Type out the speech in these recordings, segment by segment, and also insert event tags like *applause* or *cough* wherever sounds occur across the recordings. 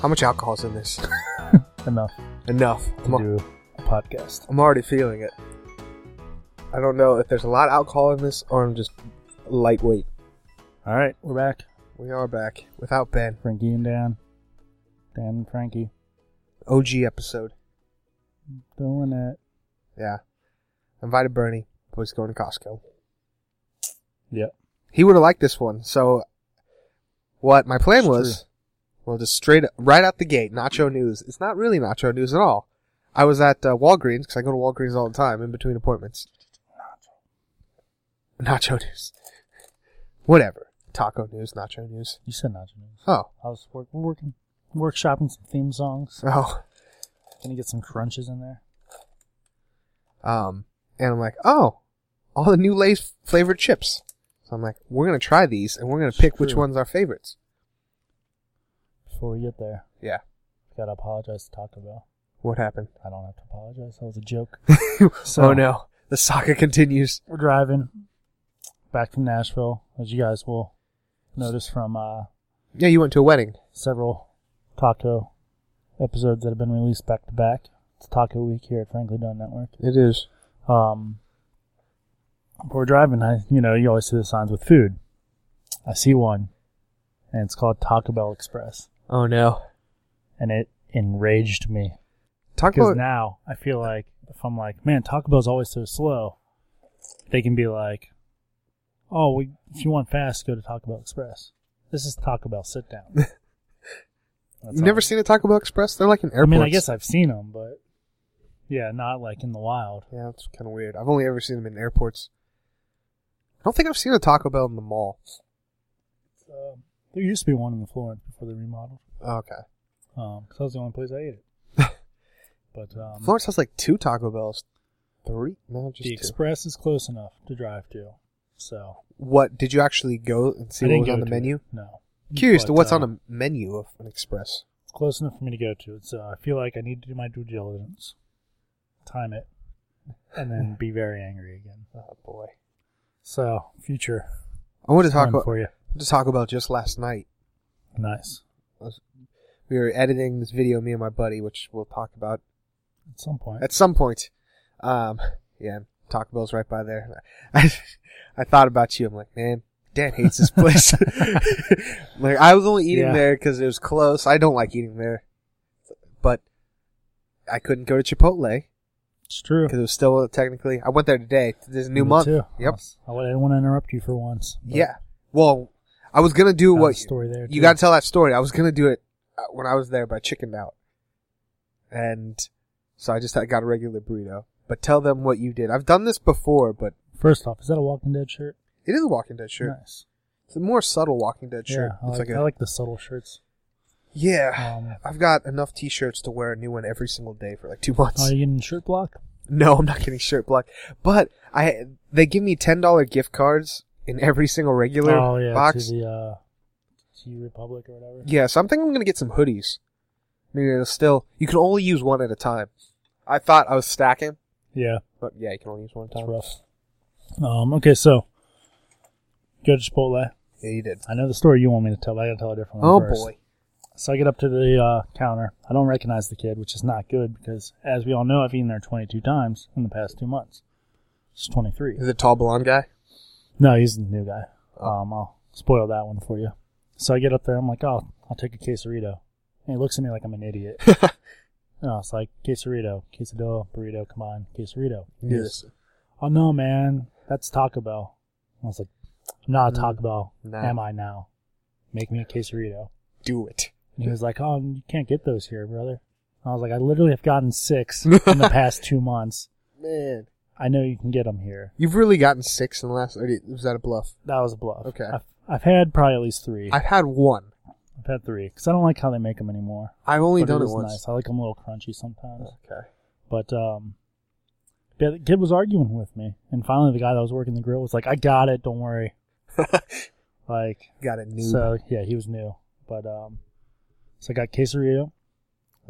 How much alcohol's in this? enough Enough. to I'm, do a podcast. I'm already feeling it. I don't know if there's a lot of alcohol in this or I'm just lightweight. All right, we're back. We are back without Ben. Frankie and Dan. Dan and Frankie OG episode. doing it. Yeah. Invited Bernie, but he's going to Costco. Yep. He would have liked this one. So, what my plan It's was, well, just straight right out the gate, Nacho News. It's not really Nacho News at all. I was at uh, Walgreens because I go to Walgreens all the time in between appointments. Nacho News. Whatever. Taco News, Nacho News. You said not to news. Oh. I was work- we're working, workshopping some theme songs. Oh. Gonna get some crunches in there. Um, and I'm like, oh, all the new Lay's flavored chips. So I'm like, we're gonna try these and we're gonna pick which Sure. one's our favorites. Before we get there, Yeah. gotta apologize to Taco Bell. What happened? I don't have to apologize. That was a joke. *laughs* oh no, the saga *laughs* continues. We're driving back from Nashville, as you guys will notice from uh, Yeah, you went to a wedding. several taco episodes that have been released back to back. It's Taco Week here at Frankly Done Network. It is. Um, we're driving. I, you know, you always see the signs with food. I see one, and it's called Taco Bell Express, Oh no. and it enraged me Taco because Bell. now I feel like if I'm like, man, Taco Bell's always so slow, they can be like, oh, we, if you want fast, go to Taco Bell Express. This is Taco Bell *laughs* sit down. That's You've never all. seen a Taco Bell Express? They're like an airport. I mean, I guess I've seen them, but yeah, not like in the wild. yeah, that's kind of weird. I've only ever seen them in airports. I don't think I've seen a Taco Bell in the mall. Um, there used to be one in the Florence before they remodeled, Oh, Okay. because that was the only place Um, I ate *laughs* it. But um, Florence has like two Taco Bells. Three? No, just the two. Express is close enough to drive to, so what did you actually go and see I what didn't was go on the to menu? It, no, Curious to But, what's uh, on the menu of an Express. it's close enough for me to go to. It's uh, I feel like I need to do my due diligence, time it, and then be very angry again. *laughs* Oh boy. So future I wanted to talk fun about for you. to talk about just last night. Nice We were editing this video, me and my buddy, which we'll talk about at some point. at some point. Um, yeah, Taco Bell's right by there. *laughs* I, I thought about you. I'm like, man, Dan hates this place. *laughs* *laughs* like, I was only eating Yeah. there because it was close. I don't like eating there, but I couldn't go to Chipotle it's true. because it was still technically. I went there today. There's a new Me month. too. Yep. I I didn't want to interrupt you for once. but Yeah. Well, I was gonna do I have a what story there? You too. got to tell that story. I was gonna do it uh, when I was there, but I chickened out, and so I just had- got a regular burrito. But tell them what you did. I've done this before, but First off, is that a Walking Dead shirt? it is a Walking Dead shirt. Nice. It's a more subtle Walking Dead shirt. Yeah, I it's like, like I a like the subtle shirts. yeah. Um, I've got enough T-shirts to wear a new one every single day for like two months. oh, you getting shirt block? *laughs* No, I'm not getting shirt block. But I they give me ten dollar gift cards in every single regular oh yeah, box. to the uh, T Republic or whatever. Yeah, so I'm thinking I'm gonna get some hoodies. Maybe it'll still you can only use one at a time. I thought I was stacking, Yeah, but yeah, you can only use one at a that's time. rough. Um, okay, so go to Chipotle. Yeah, you did. I know the story you want me to tell. but I gotta tell a different one Oh first. boy. So I get up to the uh, counter. I don't recognize the kid, which is not good because, as we all know, I've eaten there 22 times in the past two months. It's 23. Is it tall blonde guy? No, he's the new guy. Oh. Um, I'll spoil that one for you. So I get up there. I'm like, oh, I'll take a quesarito. And he looks at me like I'm *laughs* an idiot. and I was like, quesarito, quesadilla, burrito, come on, quesarito. Yes. Oh no, man, that's Taco Bell. I was like, I'm not a Mm, Taco Bell. no. Am I now? Make me a quesarito. Do it. And he was like, oh, you can't get those here, brother. I was like, I literally have *laughs* gotten six in the past two months. Man. I know you can get them here. You've really gotten six in the last or was that a bluff? That was a bluff. Okay. I've, I've had probably at least three. I've had one. I've had three because I don't like how they make them anymore. I've only But done it, is once. Nice. I like them a little crunchy sometimes. Okay. But um, yeah, the kid was arguing with me, and finally the guy that was working the grill was like, "I got it, don't worry." like *laughs* Got it new. so, yeah, he was new, but um, so I got quesarito.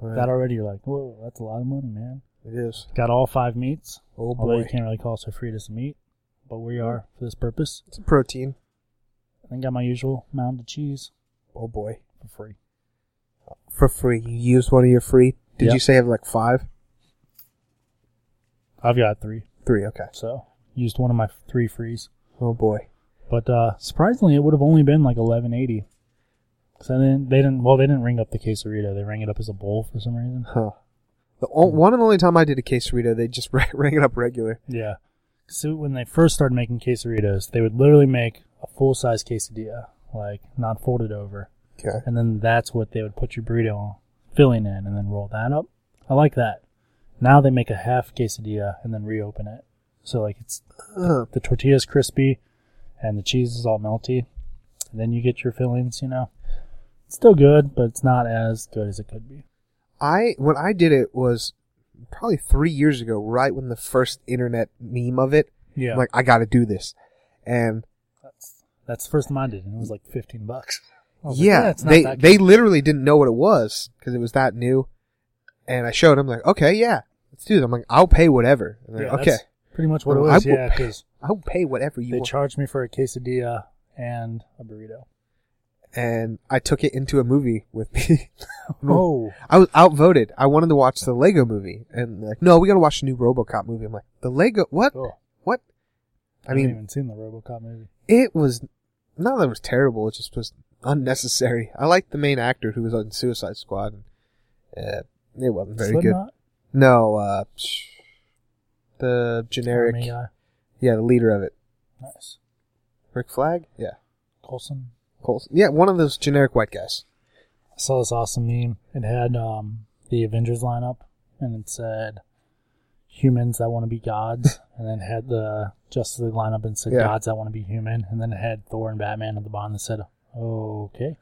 That already, you're like, whoa, that's a lot of money, man. it is. Got all five meats. Oh although boy. you can't really call sofritas meat, but we are for this purpose. It's a protein. And got my usual mound of cheese Oh boy. for free. for free. You used one of your free. Did Yep. you say you have like five? I've got three, Three. Okay. so used one of my three frees. Oh boy. But uh, surprisingly, it would have only been like eleven eighty. So then they didn't. Well, they didn't ring up the quesarito. They rang it up as a bowl for some reason. Huh. The o- one and only time I did a quesarito, they just *laughs* ra- rang it up regular. Yeah. So when they first started making quesaritos, they would literally make a full size quesadilla, like not folded over, Okay. and then that's what they would put your burrito filling in, and then roll that up. I like that. Now they make a half quesadilla and then reopen it, so like it's Uh, the tortilla's crispy, and the cheese is all melty, and then you get your fillings. You know, it's still good, but it's not as good as it could be. I when I did it was probably three years ago, right when the first internet meme of it. Yeah, I'm like I got to do this, and that's that's the first time I did, it, and it was like fifteen bucks. I was like, yeah, it's Oh, not they that they literally didn't know what it was because it was that new, and I showed them like, okay, yeah, let's do this. I'm like, I'll pay whatever. And they're Yeah, like, okay, that's pretty much what it Well, was. I will yeah, pay- because I'll pay whatever you they want. charged me for a quesadilla and a burrito. and I took it into a movie with *laughs* me. Oh, I was outvoted. I wanted to watch the Lego movie, and they're like, no, we got to watch the new RoboCop movie. I'm like, the Lego what? cool. What? I, I haven't mean, even seen the RoboCop movie. it was not that it was terrible. It just was unnecessary. I liked the main actor who was on Suicide Squad. And, uh, it wasn't very good. Slipknot? No, uh, psh, the generic, Army guy. yeah, the leader of it, Nice. Rick Flag, yeah, Colson. Colson, yeah, one of those generic white guys. I saw this awesome meme. It had um, the Avengers lineup, and it said humans that want to be *laughs* gods, and then had the Justice League lineup and said Yeah. gods that want to be human, and then it had Thor and Batman at the bottom that said, "Okay,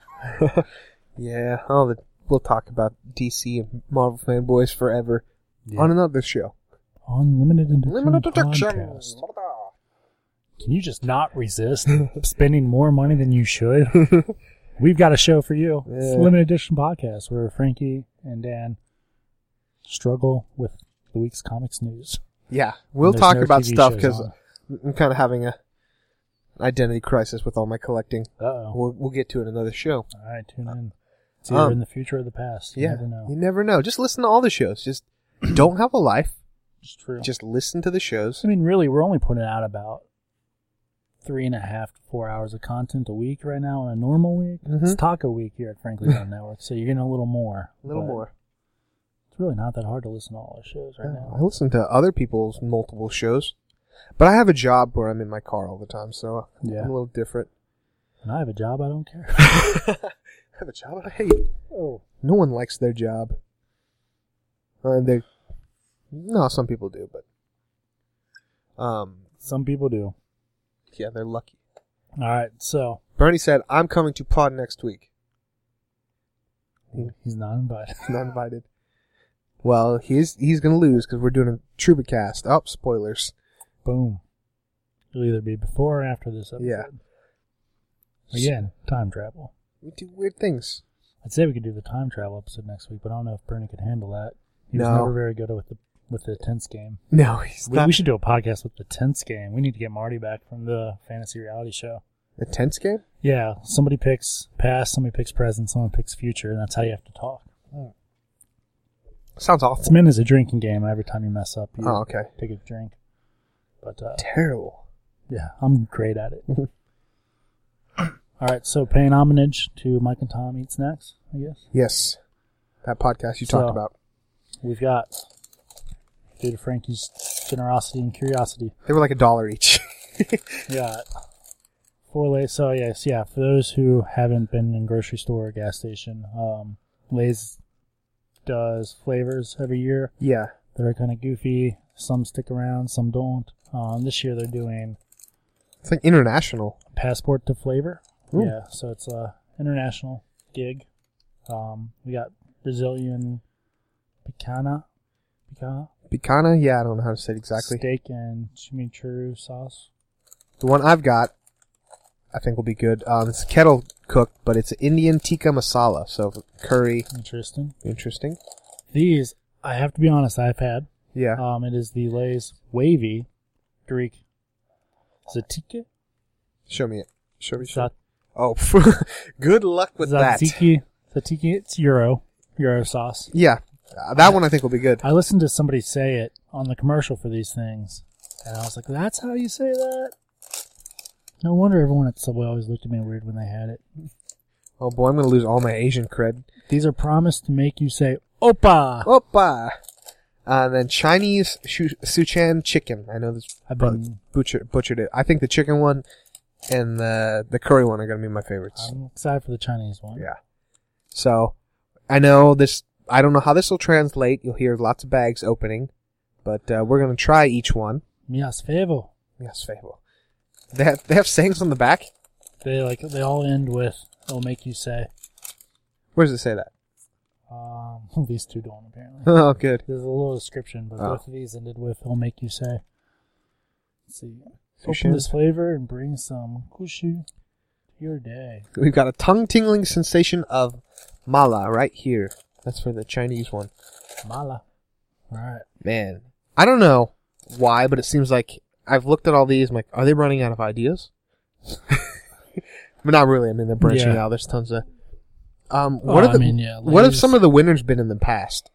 Yeah, oh, the, we'll talk about DC and Marvel fanboys forever Yeah. on another show. unlimited addiction Limited edition. podcast." Can you just not resist *laughs* spending more money than *laughs* you should? We've got a show for you. It's a Yeah. limited edition podcast where Frankie and Dan struggle with the week's comics news. Yeah, we'll There's talk no about TV stuff shows because on. I'm kind of having a an identity crisis with all my collecting. Uh-oh. We'll, we'll get to it in another show. All right, tune in. It's either Um, in the future or the past. You yeah, never know. you never know. Just listen to all the shows. *clears throat* Just don't have a life. It's true. Just listen to the shows. I mean, really, we're only putting out about three and a half to four hours of content a week right now on a normal week. It's Mhm. taco week here at *laughs* Frankly Done Network, so you're getting a little more. A little but more. It's really not that hard to listen to all our shows right now. I listen to other people's multiple shows, but I have a job where I'm in my car all the time, so Yeah. I'm a little *laughs* different. *laughs* And I have a job I don't care. *laughs* I have a job I hate. Oh. No one likes their job. Uh, they, no, some people do, but um, Some people do. yeah, they're lucky. All right, so Bernie said, "I'm coming to pod next week." he's not invited. *laughs* Not invited. Well, he's he's gonna lose because we're doing a Trubacast. Oh, spoilers. Boom. It'll either be before or after this episode. Yeah. Oh, Again, time travel. We do weird things. I'd say we could do the time travel episode next week, but I don't know if Bernie could handle that. He was No. never very good with the with the tense game. No, he's We, not. we should do a podcast with the tense game. We need to get Marty back from the fantasy reality show. A tense game. Yeah, somebody picks past, somebody picks present, someone picks future, and that's how you have to talk. Sounds It's awful. meant as a drinking game. and Every time you mess up, you Oh, okay. take a drink. But uh, Terrible. Yeah, I'm great *laughs* at it. All right, so paying homage to Mike and Tom Eat Snacks, I guess. Yes, that podcast you So- talked about. We've got, due to Frankie's generosity and curiosity, They were like a dollar each. *laughs* we got four Lay's. So, yes, yeah, for those who haven't been in grocery store or gas station, um, Lay's does flavors every year. yeah. They're kind of goofy. Some stick around, some don't. Um, this year they're doing It's like international. Passport to Flavor. Ooh. Yeah, so it's a international gig. Um, we got Brazilian picana, picana Picana? Yeah, I don't know how to say it exactly. steak and chimichurri sauce. The one I've got, I think will be good. Um, it's kettle cooked, but it's Indian tikka masala, so curry. Interesting. Interesting. These, I have to be honest, I've had. Yeah. Um, it is the Lay's wavy Greek zatiki, show me it. Show me. Show me. zat- Oh, *laughs* good luck with that. tzatziki, So tiki, it's Euro, Euro sauce. Yeah, uh, that one I think will be good. I listened to somebody say it on the commercial for these things, and I was like, "That's how you say that." No wonder everyone at Subway always looked at me weird when they had it. Oh boy, I'm gonna lose all my Asian cred. These are promised to make you say "Opa." Opa. Uh, and then Chinese shu- Sichuan chicken. I know this I've bro- been- butcher- butchered it. I think the chicken one and the the curry one are gonna be my favorites. I'm excited for the Chinese one. Yeah. So, I know this. I don't know how this will translate. You'll hear lots of bags opening, but uh, we're gonna try each one. Mias Favo. Yes, Fable. They have, they have sayings on the back. They like they all end with "It'll make you say." Where does it say that? *laughs* Um, *laughs* these two don't apparently. Oh, good. There's a little description, but Oh. both of these ended with "It'll make you say." Let's see. Sushin. Open this flavor and bring some kushu to your day. We've got a tongue tingling sensation of mala right here. That's for the Chinese one. Mala. All right. Man, I don't know why, but it seems like I've looked at all these. I'm like, are they running out of ideas? *laughs* but not really. I mean, they're branching Yeah. out. There's tons of. Um, Oh, what, have I the, mean, yeah, what have Lay's- some of the winners been in the past?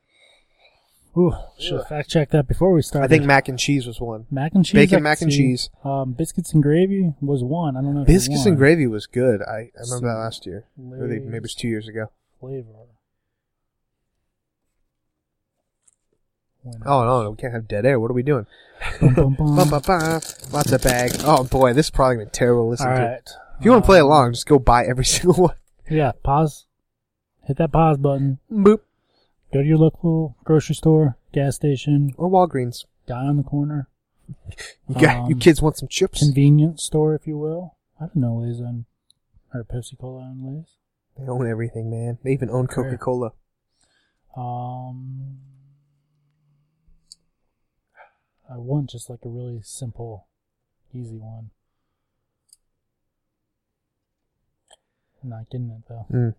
Ooh, should have fact checked that before we started. I think mac and cheese was one. mac and cheese. bacon I could mac and see. cheese. Um, biscuits and gravy was one. I don't know. If it Biscuits and won. gravy was good. I, I Some remember that last year. Or the- Maybe it was two years ago. flavor. *laughs* Winner. Oh no, no, we can't have dead air. What are we doing? Bum, bum, bum. Bum, bum, bum. Lots of bags. Oh boy, this is probably gonna be terrible to listen All to. right. If you want Um, to play along, just go buy every *laughs* single one. yeah, pause. Hit that pause button. Boop Go to your local grocery store, gas station, or Walgreens. guy on *laughs* the corner, You, got, you Um, kids want some chips? convenience store, if you will. I don't know Lay's on or Pepsi Cola on Lay's. They own everything, man. They even own Sure. Coca Cola. Um, I want just like a really simple, easy one. I'm not getting it though. Mm.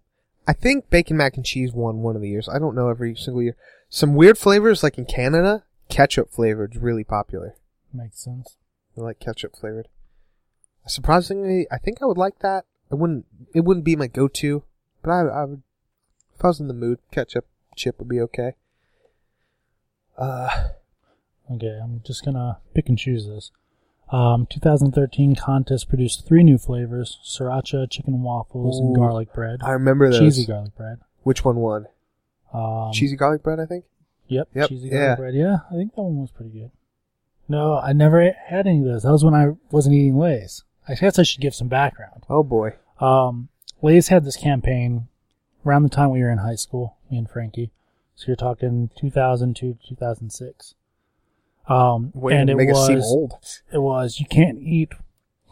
I think bacon mac and cheese won one of the years. I don't know every single year. Some weird flavors, like in Canada, ketchup flavored is really popular. Makes sense. I like ketchup flavored. Surprisingly, I think I would like that. I wouldn't. It wouldn't be my go-to, but I, I would. If I was in the mood, ketchup chip would be okay. Uh, Okay, I'm just gonna pick and choose this. Um, 2013 contest produced three new flavors: sriracha, chicken waffles, and Ooh, garlic bread. I remember those. Cheesy garlic bread. Which one won? Um, cheesy garlic bread, I think. Yep. Yep, Cheesy yeah. garlic bread. Yeah, I think that one was pretty good. No, I never had any of those. That was when I wasn't eating Lay's. I guess I should give some background. Oh boy. Um, Lay's had this campaign around the time we were in high school, me and Frankie. So you're talking 2002 to 2006. Um, Way and to it make us was seem old. it was you can't eat,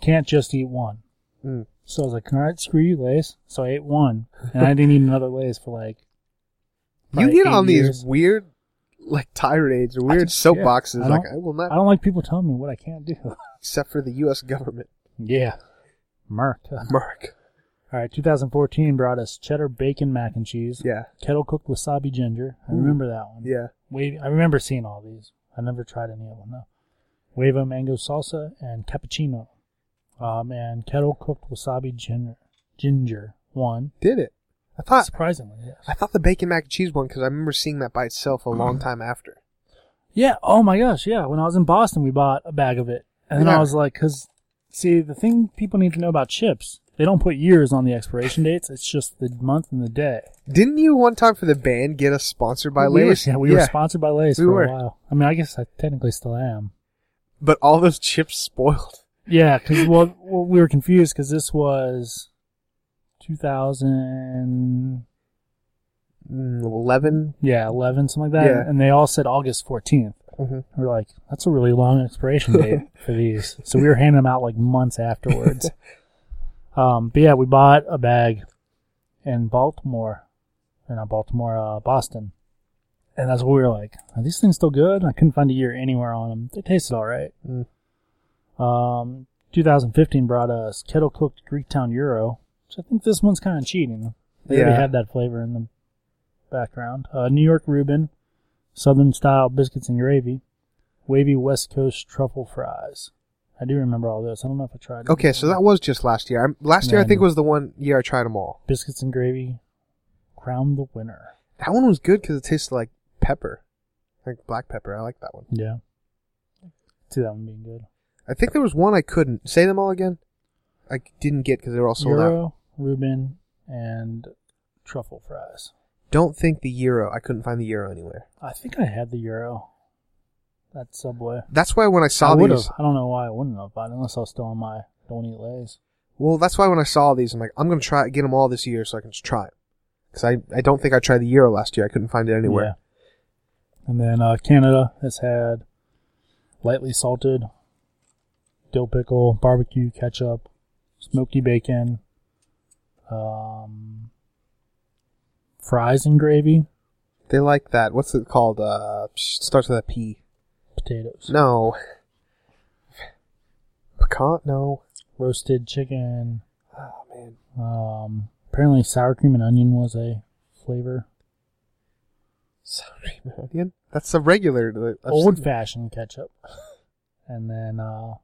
can't just eat one. Mm. So I was like, all right, screw you, Lay's. So I ate one, and I didn't eat another Lay's for like. You probably get eight on these years. weird, like tirades or *laughs* weird just- yeah, soapboxes. I like don't- I will I not, don't like people telling me what I can't do. *laughs* except for the U.S. government. Yeah. Merc. *laughs* All Mark. right, 2014 brought us cheddar bacon mac and cheese, Yeah. kettle cooked wasabi ginger. I Ooh. remember that one. Yeah. Wave, I remember seeing all these. I never tried any of them though. Wava mango salsa and cappuccino, um, and kettle cooked wasabi ginger. Ginger one, Did it. I thought. surprisingly. Yes. I thought the bacon mac and cheese one because I remember seeing that by itself a Mm. long time after. Yeah. Oh my gosh. Yeah. When I was in Boston, we bought a bag of it, and then Yeah. I was like, because see, the thing people need to know about chips, they don't put years on the expiration dates. It's just the month and the day. Didn't you one time for the band get us sponsored by we were- Lay's? *laughs* yeah, we were sponsored by Lay's We for were. a while. I mean, I guess I technically still am. but all those chips spoiled. Yeah, because well, well, we were confused because this was 2000, Mm, Eleven. yeah, 11, something like that, Yeah. and they all said August 14th. Mhm. We We're like, that's a really long expiration date for these, so we were handing them out like months afterwards. um, but yeah, we bought a bag in Baltimore, or not Baltimore, uh, Boston. And that's what we were like. Are these things still good? I couldn't find a year anywhere on them. They tasted all right. Mm. Um, 2015 brought us kettle cooked Greektown Euro, which I think this one's kind of cheating. They Yeah. already had that flavor in the background. Uh, New York Reuben, Southern style biscuits and gravy, wavy West Coast truffle fries. I do remember all those. I don't know if I tried. Okay, so that was just last year. I'm, last year I Man. think was the one year I tried them all. biscuits and gravy, crown the winner. That one was good because it tasted like pepper, like black pepper. I like that one. Yeah. See that one being good. I think there was one I couldn't say them all again. I didn't get because they were all sold out. Euro, Reuben, and truffle fries. Don't think the euro. I couldn't find the euro anywhere. I think I had the Euro. That Subway. That's why when I saw I would these, have. I don't know why I wouldn't have, but unless I was still on my don't eat lays. well, that's why when I saw these, I'm like, I'm gonna try get them all this year so I can just try it. Because I, I don't think I tried the euro last year. I couldn't find it anywhere. Yeah. And then uh, Canada has had lightly salted dill pickle, barbecue, ketchup, smoky bacon, um, fries and gravy, They like that. What's it called? Uh, psh, starts with a P. potatoes, No. Pecan? No. roasted chicken. Oh man. Um, apparently, sour cream and onion was a flavor. Sorry, man. That's a regular. uh, that I've Old seen. fashioned ketchup. And then uh,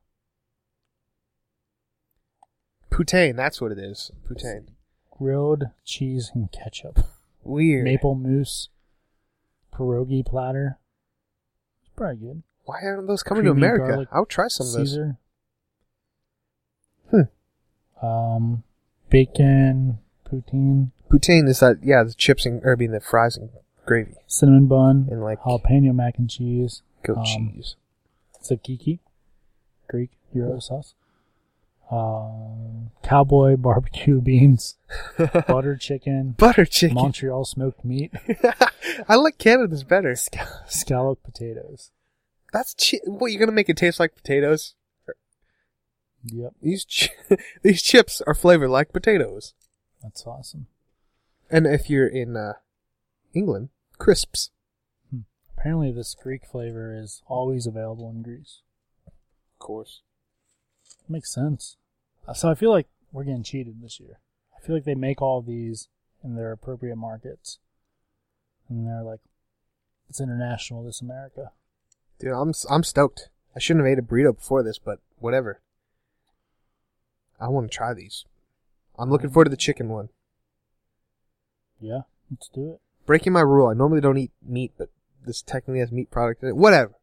Poutine. That's what it is. Poutine. grilled cheese and ketchup. Weird. maple mousse pierogi platter. It's probably good. Why aren't those coming to Creamy America? garlic I would try some of those. Caesar, Hmm. um, bacon, poutine, Poutine is that? Yeah, the chips and or I mean the fries and gravy, cinnamon bun, And, like, jalapeno mac and cheese, goat um, cheese. tzatziki, Greek Euro sauce, um, cowboy *laughs* barbecue *laughs* beans, butter chicken, Butter chicken. Montreal smoked meat, *laughs* I like Canada's better. scalloped potatoes. That's chi- what you're gonna make it taste like potatoes. Yep, These chi- *laughs* these chips are flavored like potatoes. that's awesome. And if you're in uh, England, crisps. Apparently, this Greek flavor is always available in Greece. Of course. Makes sense. Uh, So I feel like we're getting cheated this year. I feel like they make all these in their appropriate markets, and they're like, "It's international, this America." Dude, I'm s- I'm stoked. I shouldn't have ate a burrito before this, but whatever. I want to try these. I'm looking forward to the chicken one. Yeah, let's do it. Breaking my rule, I normally don't eat meat, but this technically has meat product in it. Whatever.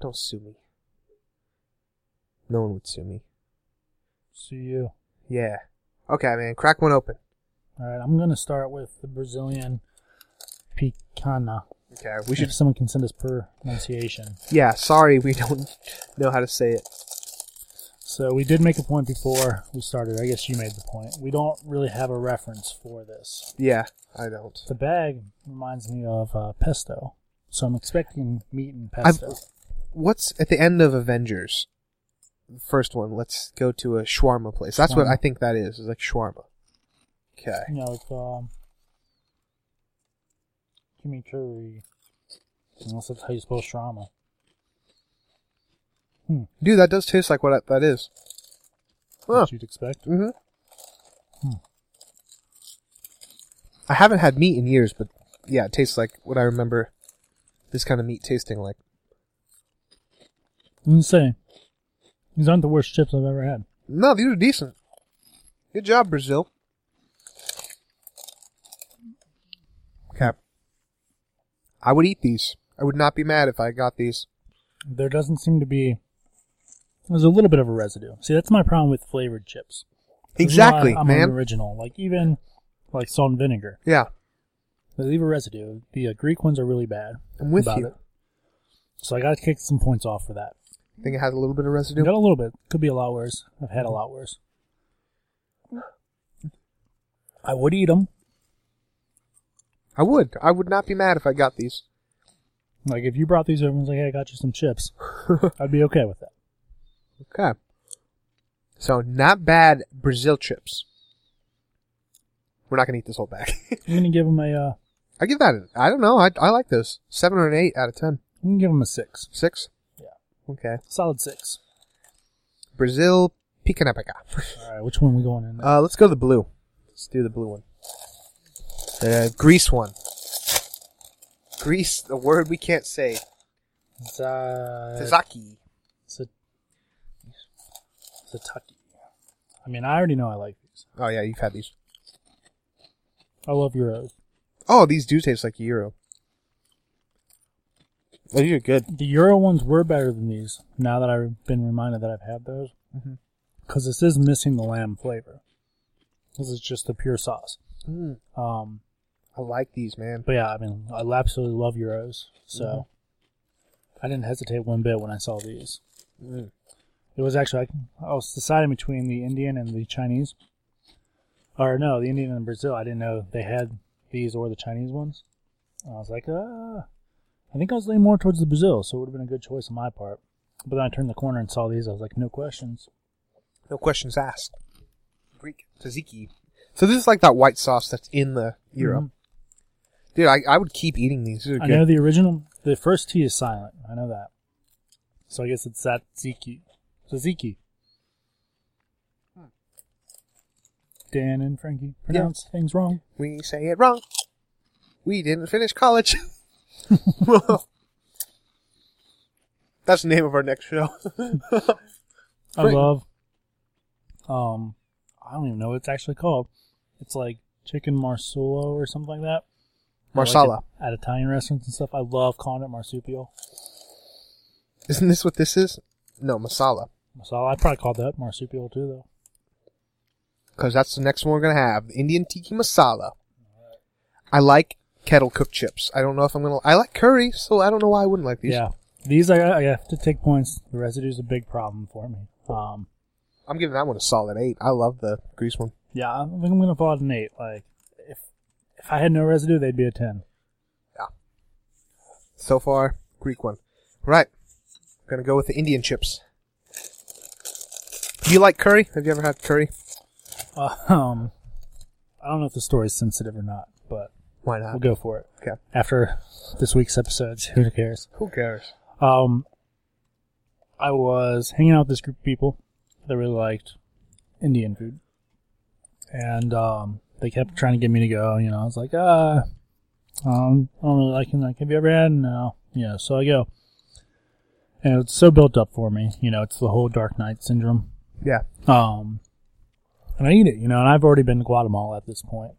Don't sue me. No one would sue me. See you. Yeah. Okay, man. Crack one open. All right, I'm gonna start with the Brazilian picana. Okay, we *laughs* should. If someone can send us pronunciation. Yeah, sorry, we don't know how to say it. So we did make a point before we started. I guess you made the point. We don't really have a reference for this. Yeah, I don't. The bag reminds me of uh, pesto, so I'm expecting meat and pesto. What's at the end of Avengers? the First one. Let's go to a shawarma place. That's what Shawarma. I think that is. It's like shawarma. Okay. you know, like um, chimichurri. Unless that's how you spell shawarma. Hmm, Dude, that does taste like what I- that is. Huh. what you'd expect. Mm-hmm. Hmm. I haven't had meat in years, but yeah, it tastes like what I remember this kind of meat tasting like. Insane. These aren't the worst chips I've ever had. No, these are decent. Good job, Brazil. Okay. I would eat these. I would not be mad if I got these. There doesn't seem to be. There's a little bit of a residue. See, that's my problem with flavored chips. This is why Exactly, I'm man. Original, like even like salt and vinegar. Yeah, They leave a residue. The uh, Greek ones are really bad. I'm with about you. it. So I got to kick some points off for that. Think it has a little bit of residue. Got a little bit. Could be a lot worse. I've had a lot worse. I would eat them. I would. I would not be mad if I got these. *laughs* Like if you brought these over and was like, "Hey, I got you some chips," I'd be okay with that. Okay. So not bad Brazil chips. We're not gonna eat this whole bag. *laughs* I'm gonna give them a. Uh, I give that. An, I don't know. I I like those. Seven or an eight out of ten. I'm gonna give them a six. Six. Yeah. Okay. Solid six. Brazil picanapica. All right, which one we going in? *laughs* Uh, let's go to the blue. Let's do the blue one. The Greece one. Greece, the word we can't say. Uh, Za- Tazaki. Za- Zataki. I mean, I already know I like these. Oh yeah, you've had these. I love uh, Euros. Oh, these do taste like gyro. Oh, these are good. The Euro ones were better than these. Now that I've been reminded that I've had those, Mhm. because this is missing the lamb flavor. This is just the pure sauce. Mm, Um, I like these, man. but yeah, I mean, I absolutely love Euros, so I didn't hesitate one bit when I saw these. Mm. It was actually I, I was deciding between the Indian and the Chinese, or no, the Indian and Brazil. I didn't know they had these or the Chinese ones. I was like, ah, I think I was leaning more towards the Brazil, so it would have been a good choice on my part. But then I turned the corner and saw these. I was like, no questions. No questions asked. Greek tzatziki. So this is like that white sauce that's in the gyro. Mhm. Dude, I, I would keep eating these. These are I good. know the original, the first T is silent. I know that. So I guess it's Satziki. Satziki. Dan and Frankie pronounce things wrong. We say it wrong. We didn't finish college. *laughs* That's the name of our next *laughs* show. I Right. love. Um, I don't even know what it's actually called. It's like chicken marsala or something like that. I like it Marsala. at Italian restaurants and stuff. I love calling it marsupial. Isn't this what this is? No, masala. Marsala. I probably called that marsupial too, though. Because that's the next one we're going to have. the Indian tiki masala. I like kettle cooked chips. I don't know if I'm going to. I like curry, so I don't know why I wouldn't like these. Yeah, these I, I have to take points. The residue's a big problem for me. Um, I'm giving that one a solid 8. I love the grease one. yeah, I think I'm gonna fall at an eight. Like if if I had no residue, they'd be a ten. *laughs* So far, Greek one. Right. going to go with the Indian chips. Do you like curry? Have you ever had curry? Um, I don't know if the story's sensitive or not, but Why not? we'll go for it. Okay. After this week's episodes, who cares? Who cares? Um, I was hanging out with this group of people that really liked Indian food, and um, they kept trying to get me to go. You know, I was like, uh, um, I don't really like it. Like, have you ever had? No. Yeah, so I go, and it's so built up for me. You know, it's the whole Dark Knight syndrome. Yeah. Um, and I eat it, you know, and I've already been to Guatemala at this point.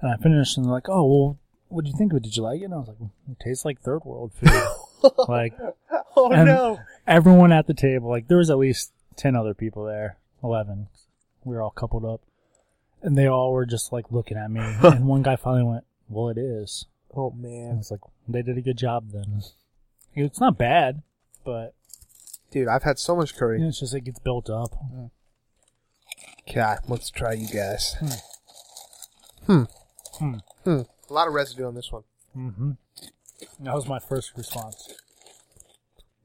And I finished and they're like, oh, well, what do you think of it? Did you like it? And I was like, it tastes like third world food. like, *laughs* Oh And- everyone at the table, like, there was at least 10 other people there, 11. We were all coupled up. And they all were just like looking *laughs* at me. and one guy finally went, well, it is. Oh And I man, was like, they did a good job then. It's not bad, but dude, I've had so much you curry. know, it's just, it gets built up. God, let's try you guys. Hmm. Hmm. Hmm. A lot of residue on this one. Mm-hmm. That was my first response.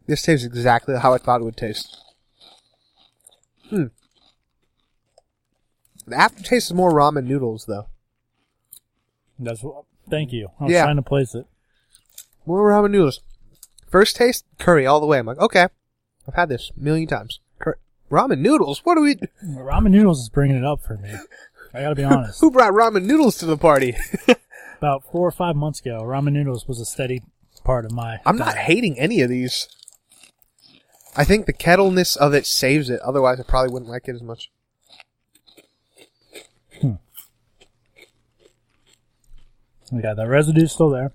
This tastes exactly how I thought it would taste. Hmm. The aftertaste is more ramen noodles, though. That's what. Thank you. I was Yeah. trying to place it. More ramen noodles. First taste, curry all the way. I'm like, okay, I've had this a million times. Cur- ramen noodles? What do we? *laughs* Ramen noodles is bringing it up for me. I gotta be *laughs* honest. Who brought ramen noodles to the *laughs* party? About four or five months ago, ramen noodles was a steady part of my. I'm not diet. hating any of these. I think the kettleness of it saves it. Otherwise, I probably wouldn't like it as much. We got that residue still there.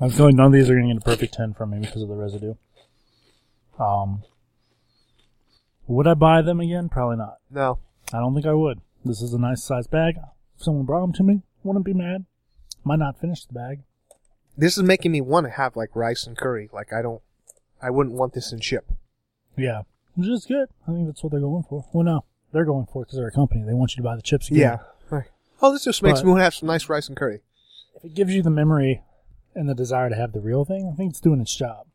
I'm feeling none of these are gonna get a perfect ten from me because of the residue. Um, would I buy them again? Probably not. No. I don't think I would. This is a nice size bag. If someone brought them to me, wouldn't be mad. Might not finish the bag. This is making me want to have like rice and curry. Like I don't, I wouldn't want this in chip. Yeah, which is good. I think that's what they're going for. Well, no, they're going for it because they're a company. They want you to buy the chips. Again. Right. Oh, this just makes But- me want to have some nice rice and curry. If it gives you the memory and the desire to have the real thing, I think it's doing its job.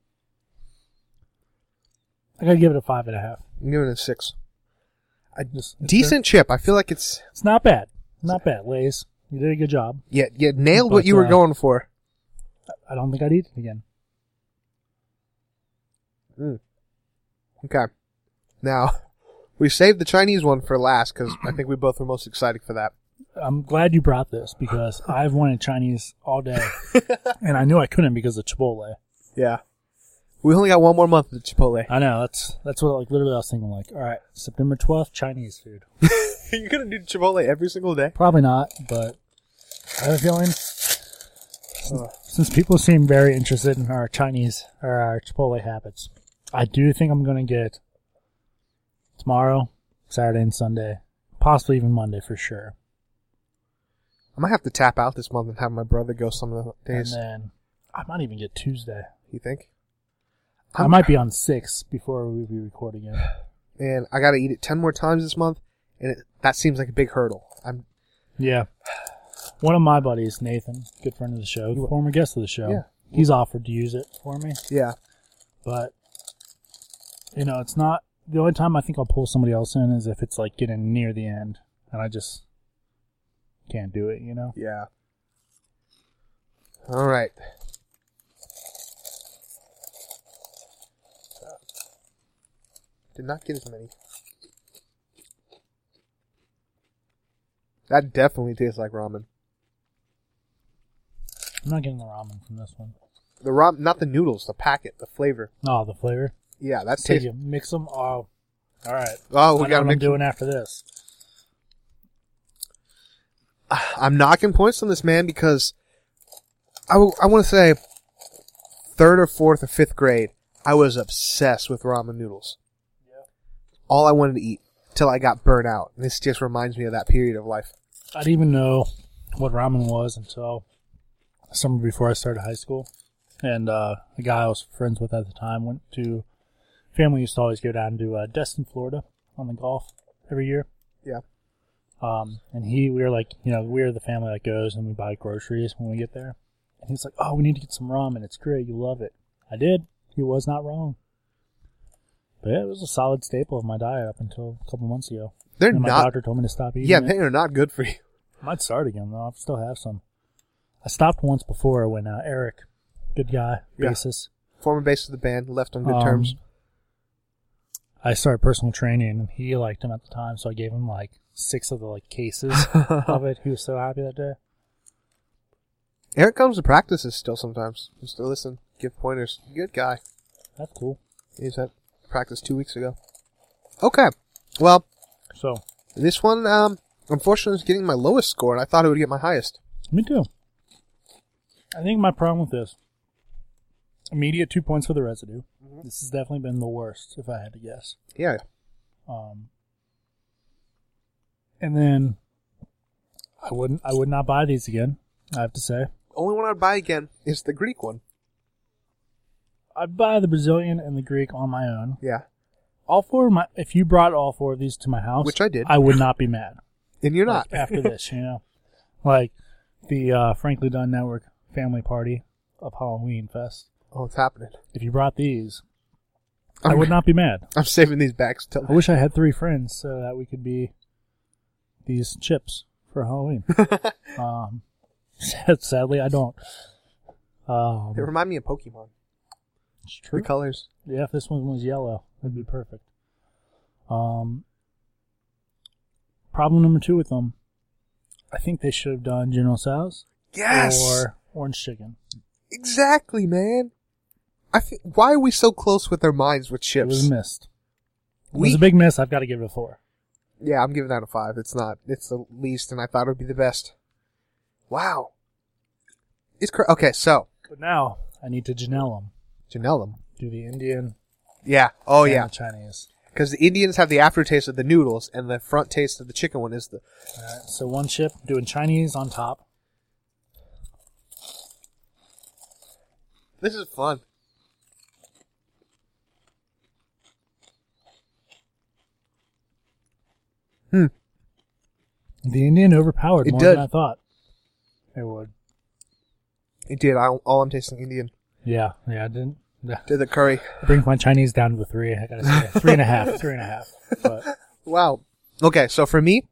I gotta give it a five and a half. I'm giving it a six. A Just- it's decent chip. I feel like it's It's not bad. Not bad, Lays. You did a good job. yeah, yeah nailed what But, you were uh, going for. I don't think I'd eat it again. Mm. Okay. Now *laughs* we saved the Chinese one for last because I think we both were most excited for that. I'm glad you brought this because I've wanted Chinese all day, and I knew I couldn't because of Chipotle. Yeah. We only got one more month of Chipotle. *laughs* I know that's that's what like literally I was thinking like, all right, September twelfth, Chinese food. You're gonna do Chipotle every single day. Probably not, but I have a feeling since people seem very interested in our Chinese or our Chipotle habits, I do think I'm going to get tomorrow, Saturday, and Sunday, possibly even Monday for sure. I might have to tap out this month and have my brother go some of the days. And then I might even get Tuesday. you think? i might be on six before we, we record again. And I got to eat it ten more times this month, and it, that seems like a big hurdle. I'm Yeah. One of my buddies, Nathan, good friend of the show, former guest of the show, Yeah. he's offered to use it for me. yeah. but you know it's not the only time i think i'll pull somebody else in is if it's like getting near the end and i just can't do it you know Yeah. All right. Did not get as many. That definitely tastes like ramen. i'm not getting the ramen from this one The ramen, not the noodles, the packet, the flavor. oh the flavor Yeah, that so tastes. you mix them oh all right Oh, I we know gotta what i'm mix. doing after this I'm knocking points on this man because I, want to say third or fourth or fifth grade, I was obsessed with ramen noodles. All I wanted to eat till I got burnt out. And this just reminds me of that period of life. i didn't even know what ramen was until summer before i started high school and uh the guy i was friends with at the time went to family used to always go down to uh, destin florida on the golf every year Yeah. Um, and he, we were like, you know, we're the family that goes and we buy groceries when we get there. And he's like, oh, we need to get some ramen. It's great. You love it. I did. He was not wrong. But yeah, it was a solid staple of my diet up until a couple months ago. They're and my not. doctor told me to stop eating. Yeah, it. they are not good for you. I might start again though. I still have some. I stopped once before when uh, Eric, good guy, Yeah. basis. Former bass of the band left on good um, terms. I started personal training, and he liked him at the time, so I gave him like six of the like cases of it. He was so happy that day. Eric comes to practices still sometimes. Just to listen, give pointers. Good guy. That's cool. He's at practice two weeks ago. Okay. Well, So This one, um, unfortunately, is getting my lowest score, and I thought it would get my highest. Me too. I think my problem with this immediate two points for the residue. This has definitely been the worst, if I had to guess. Yeah. Um, and then I wouldn't, I would not buy these again. I have to say, Only one I'd buy again is the Greek one. I'd buy the Brazilian and the Greek on my own. Yeah. All four of my, if you brought all four of these to my house, Which I did. I would not be mad. And *laughs* you're like, not. after this, you know, like the uh, Frankly Done Network family party of Halloween Fest. Oh, it's happening. If you brought these, I I'm- would not be mad. *laughs* I'm saving these back till. I wish I had three friends so that we could be these chips *laughs* for Halloween. um, *laughs* sad- sadly, I don't. Um, They remind me of Pokemon. it's true. The colors. Yeah, if this one was yellow, that'd be perfect. Um, problem number two with them, I think they should have done General Tso's Yes. or orange chicken. Exactly, man. I fe- why are we so close with our minds with It was chips? missed. it We- was a big miss. I've got to give it a four. yeah, I'm giving that a five. It's not. It's the least, and I thought it would be the best. Wow. It's cr- okay. So But now I need to Janelle them. Janelle them. Do the Indian. Yeah. Oh and yeah. The Chinese. Because the Indians have the aftertaste of the noodles, and the front taste of the chicken one is the. All right. So one chip doing Chinese on top. This is fun. The Indian overpowered It more did. than I thought. It would. It did. I, all I'm tasting Indian. Yeah. Yeah. I didn't. *laughs* Yeah. Did the curry. Brings my Chinese down to a three. I gotta say, three and a half. Three and a *laughs* half. But Wow. Okay, so for me,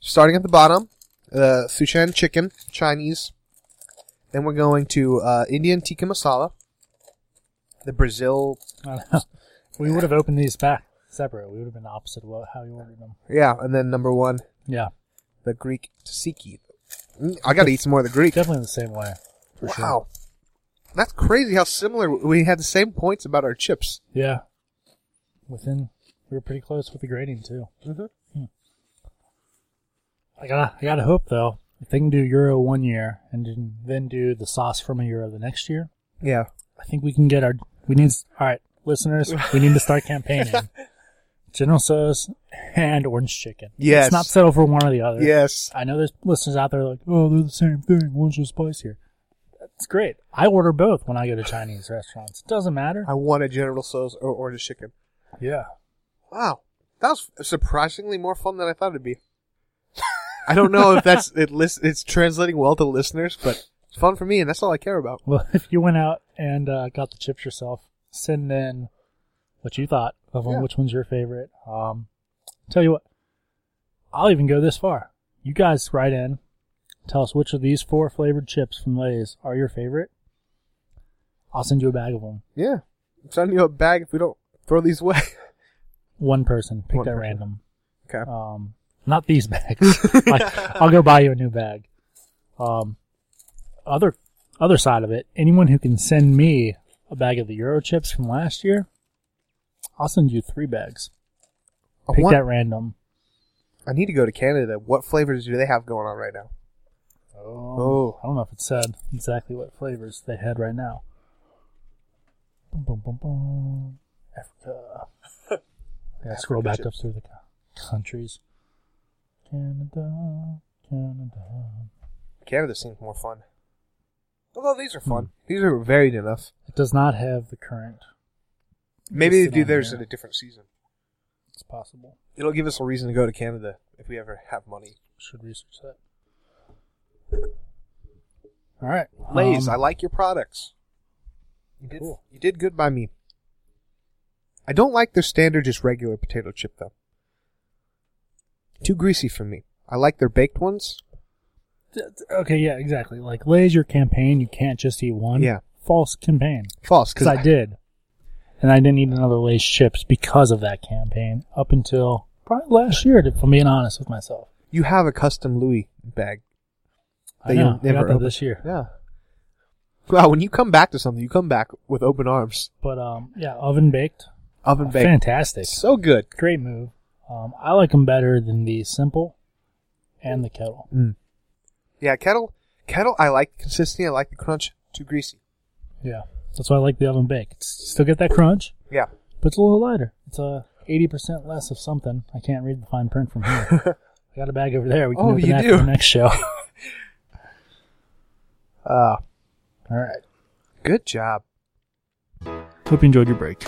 starting at the bottom, uh, Sichuan chicken, Chinese. Then we're going to uh, Indian tikka masala. The Brazil. I don't know. we would have opened these back separate. We would have been opposite of what- how you ordered them. Yeah, and then number one, Yeah. the Greek tzatziki. Mm, I gotta eat some more of the Greek. Definitely the same way. For wow. Sure. That's crazy how similar we had the same points about our chips. Yeah. Within, we were pretty close with the grading too. Mm-hmm. I Hmm. gotta, I gotta hope though If they can do Euro one year and then- then do the sauce from a Euro the next year, Yeah. I think we can get our. We need. All right, listeners, we need to start *laughs* campaigning. General Tso's and orange chicken. Yes. Let's not settle for one or the other. Yes. I know there's listeners out there like, oh, they're the same thing. One's just spicier. That's great. I order both when I go to Chinese restaurants. It doesn't matter. I want a General Tso's or orange chicken. Yeah. Wow. That was surprisingly more fun than I thought it'd be. I don't know if that's it lis- it's translating well to listeners, but it's fun for me and that's all I care about. Well, *laughs* if you went out and uh, got the chips yourself, send in what you thought of them. Yeah. Which one's your favorite? Um, tell you what, I'll even go this far. You guys write in, tell us which of these four flavored chips from Lay's are your favorite. I'll send you a bag of them. Yeah. I'm sending you a bag if we don't throw these away. *laughs* One person picked One at person. random. Okay. Um, not these *laughs* bags. like, I'll go buy you a new bag. Um, other other side of it, anyone who can send me a bag of the Euro chips from last year, I'll send you three bags. I, Pick want- that random. I need to go to Canada. What flavors do they have going on right now? Oh. I don't know if it said exactly what flavors they had right now. Boom, boom, boom, boom. Africa. yeah, scroll back up chips. through the co- countries. Canada, Canada. Canada seems more fun. Although these are fun. These are varied enough. It does not have the current. Maybe they Listed do on theirs here. at a different season. It's possible. It'll give us a reason to go to Canada if we ever have money. Should research that. All right. Lays, um, I like your products. You did, Cool. you did good by me. I don't like their standard, just regular potato chip though. Too greasy for me. I like their baked ones. d- d- okay. Yeah. Exactly. Like lays your campaign. You can't just eat one. Yeah. False campaign. False, Because I did, and I didn't eat another Lay's chips because of that campaign up until probably last year. If I'm being honest with myself, You have a custom Louis bag that I know. you'll never I got that open. this year. Yeah. Wow, when you come back to something, you come back with open arms. But um, yeah, oven baked. Oven baked. Fantastic. So good. Great move. Um, I like them better than the simple and the kettle. Mm. Yeah, kettle. Kettle, I like the consistency. I like the crunch. Too greasy. Yeah, that's why I like the oven bake. It's you still get that crunch, Yeah. but it's a little lighter. It's uh, eighty percent less of something. I can't read the fine print *laughs* from here. I got a bag over there. We can Oh, open you after do. the *laughs* next show. Uh, All right. Ah. good job. Hope you enjoyed your break.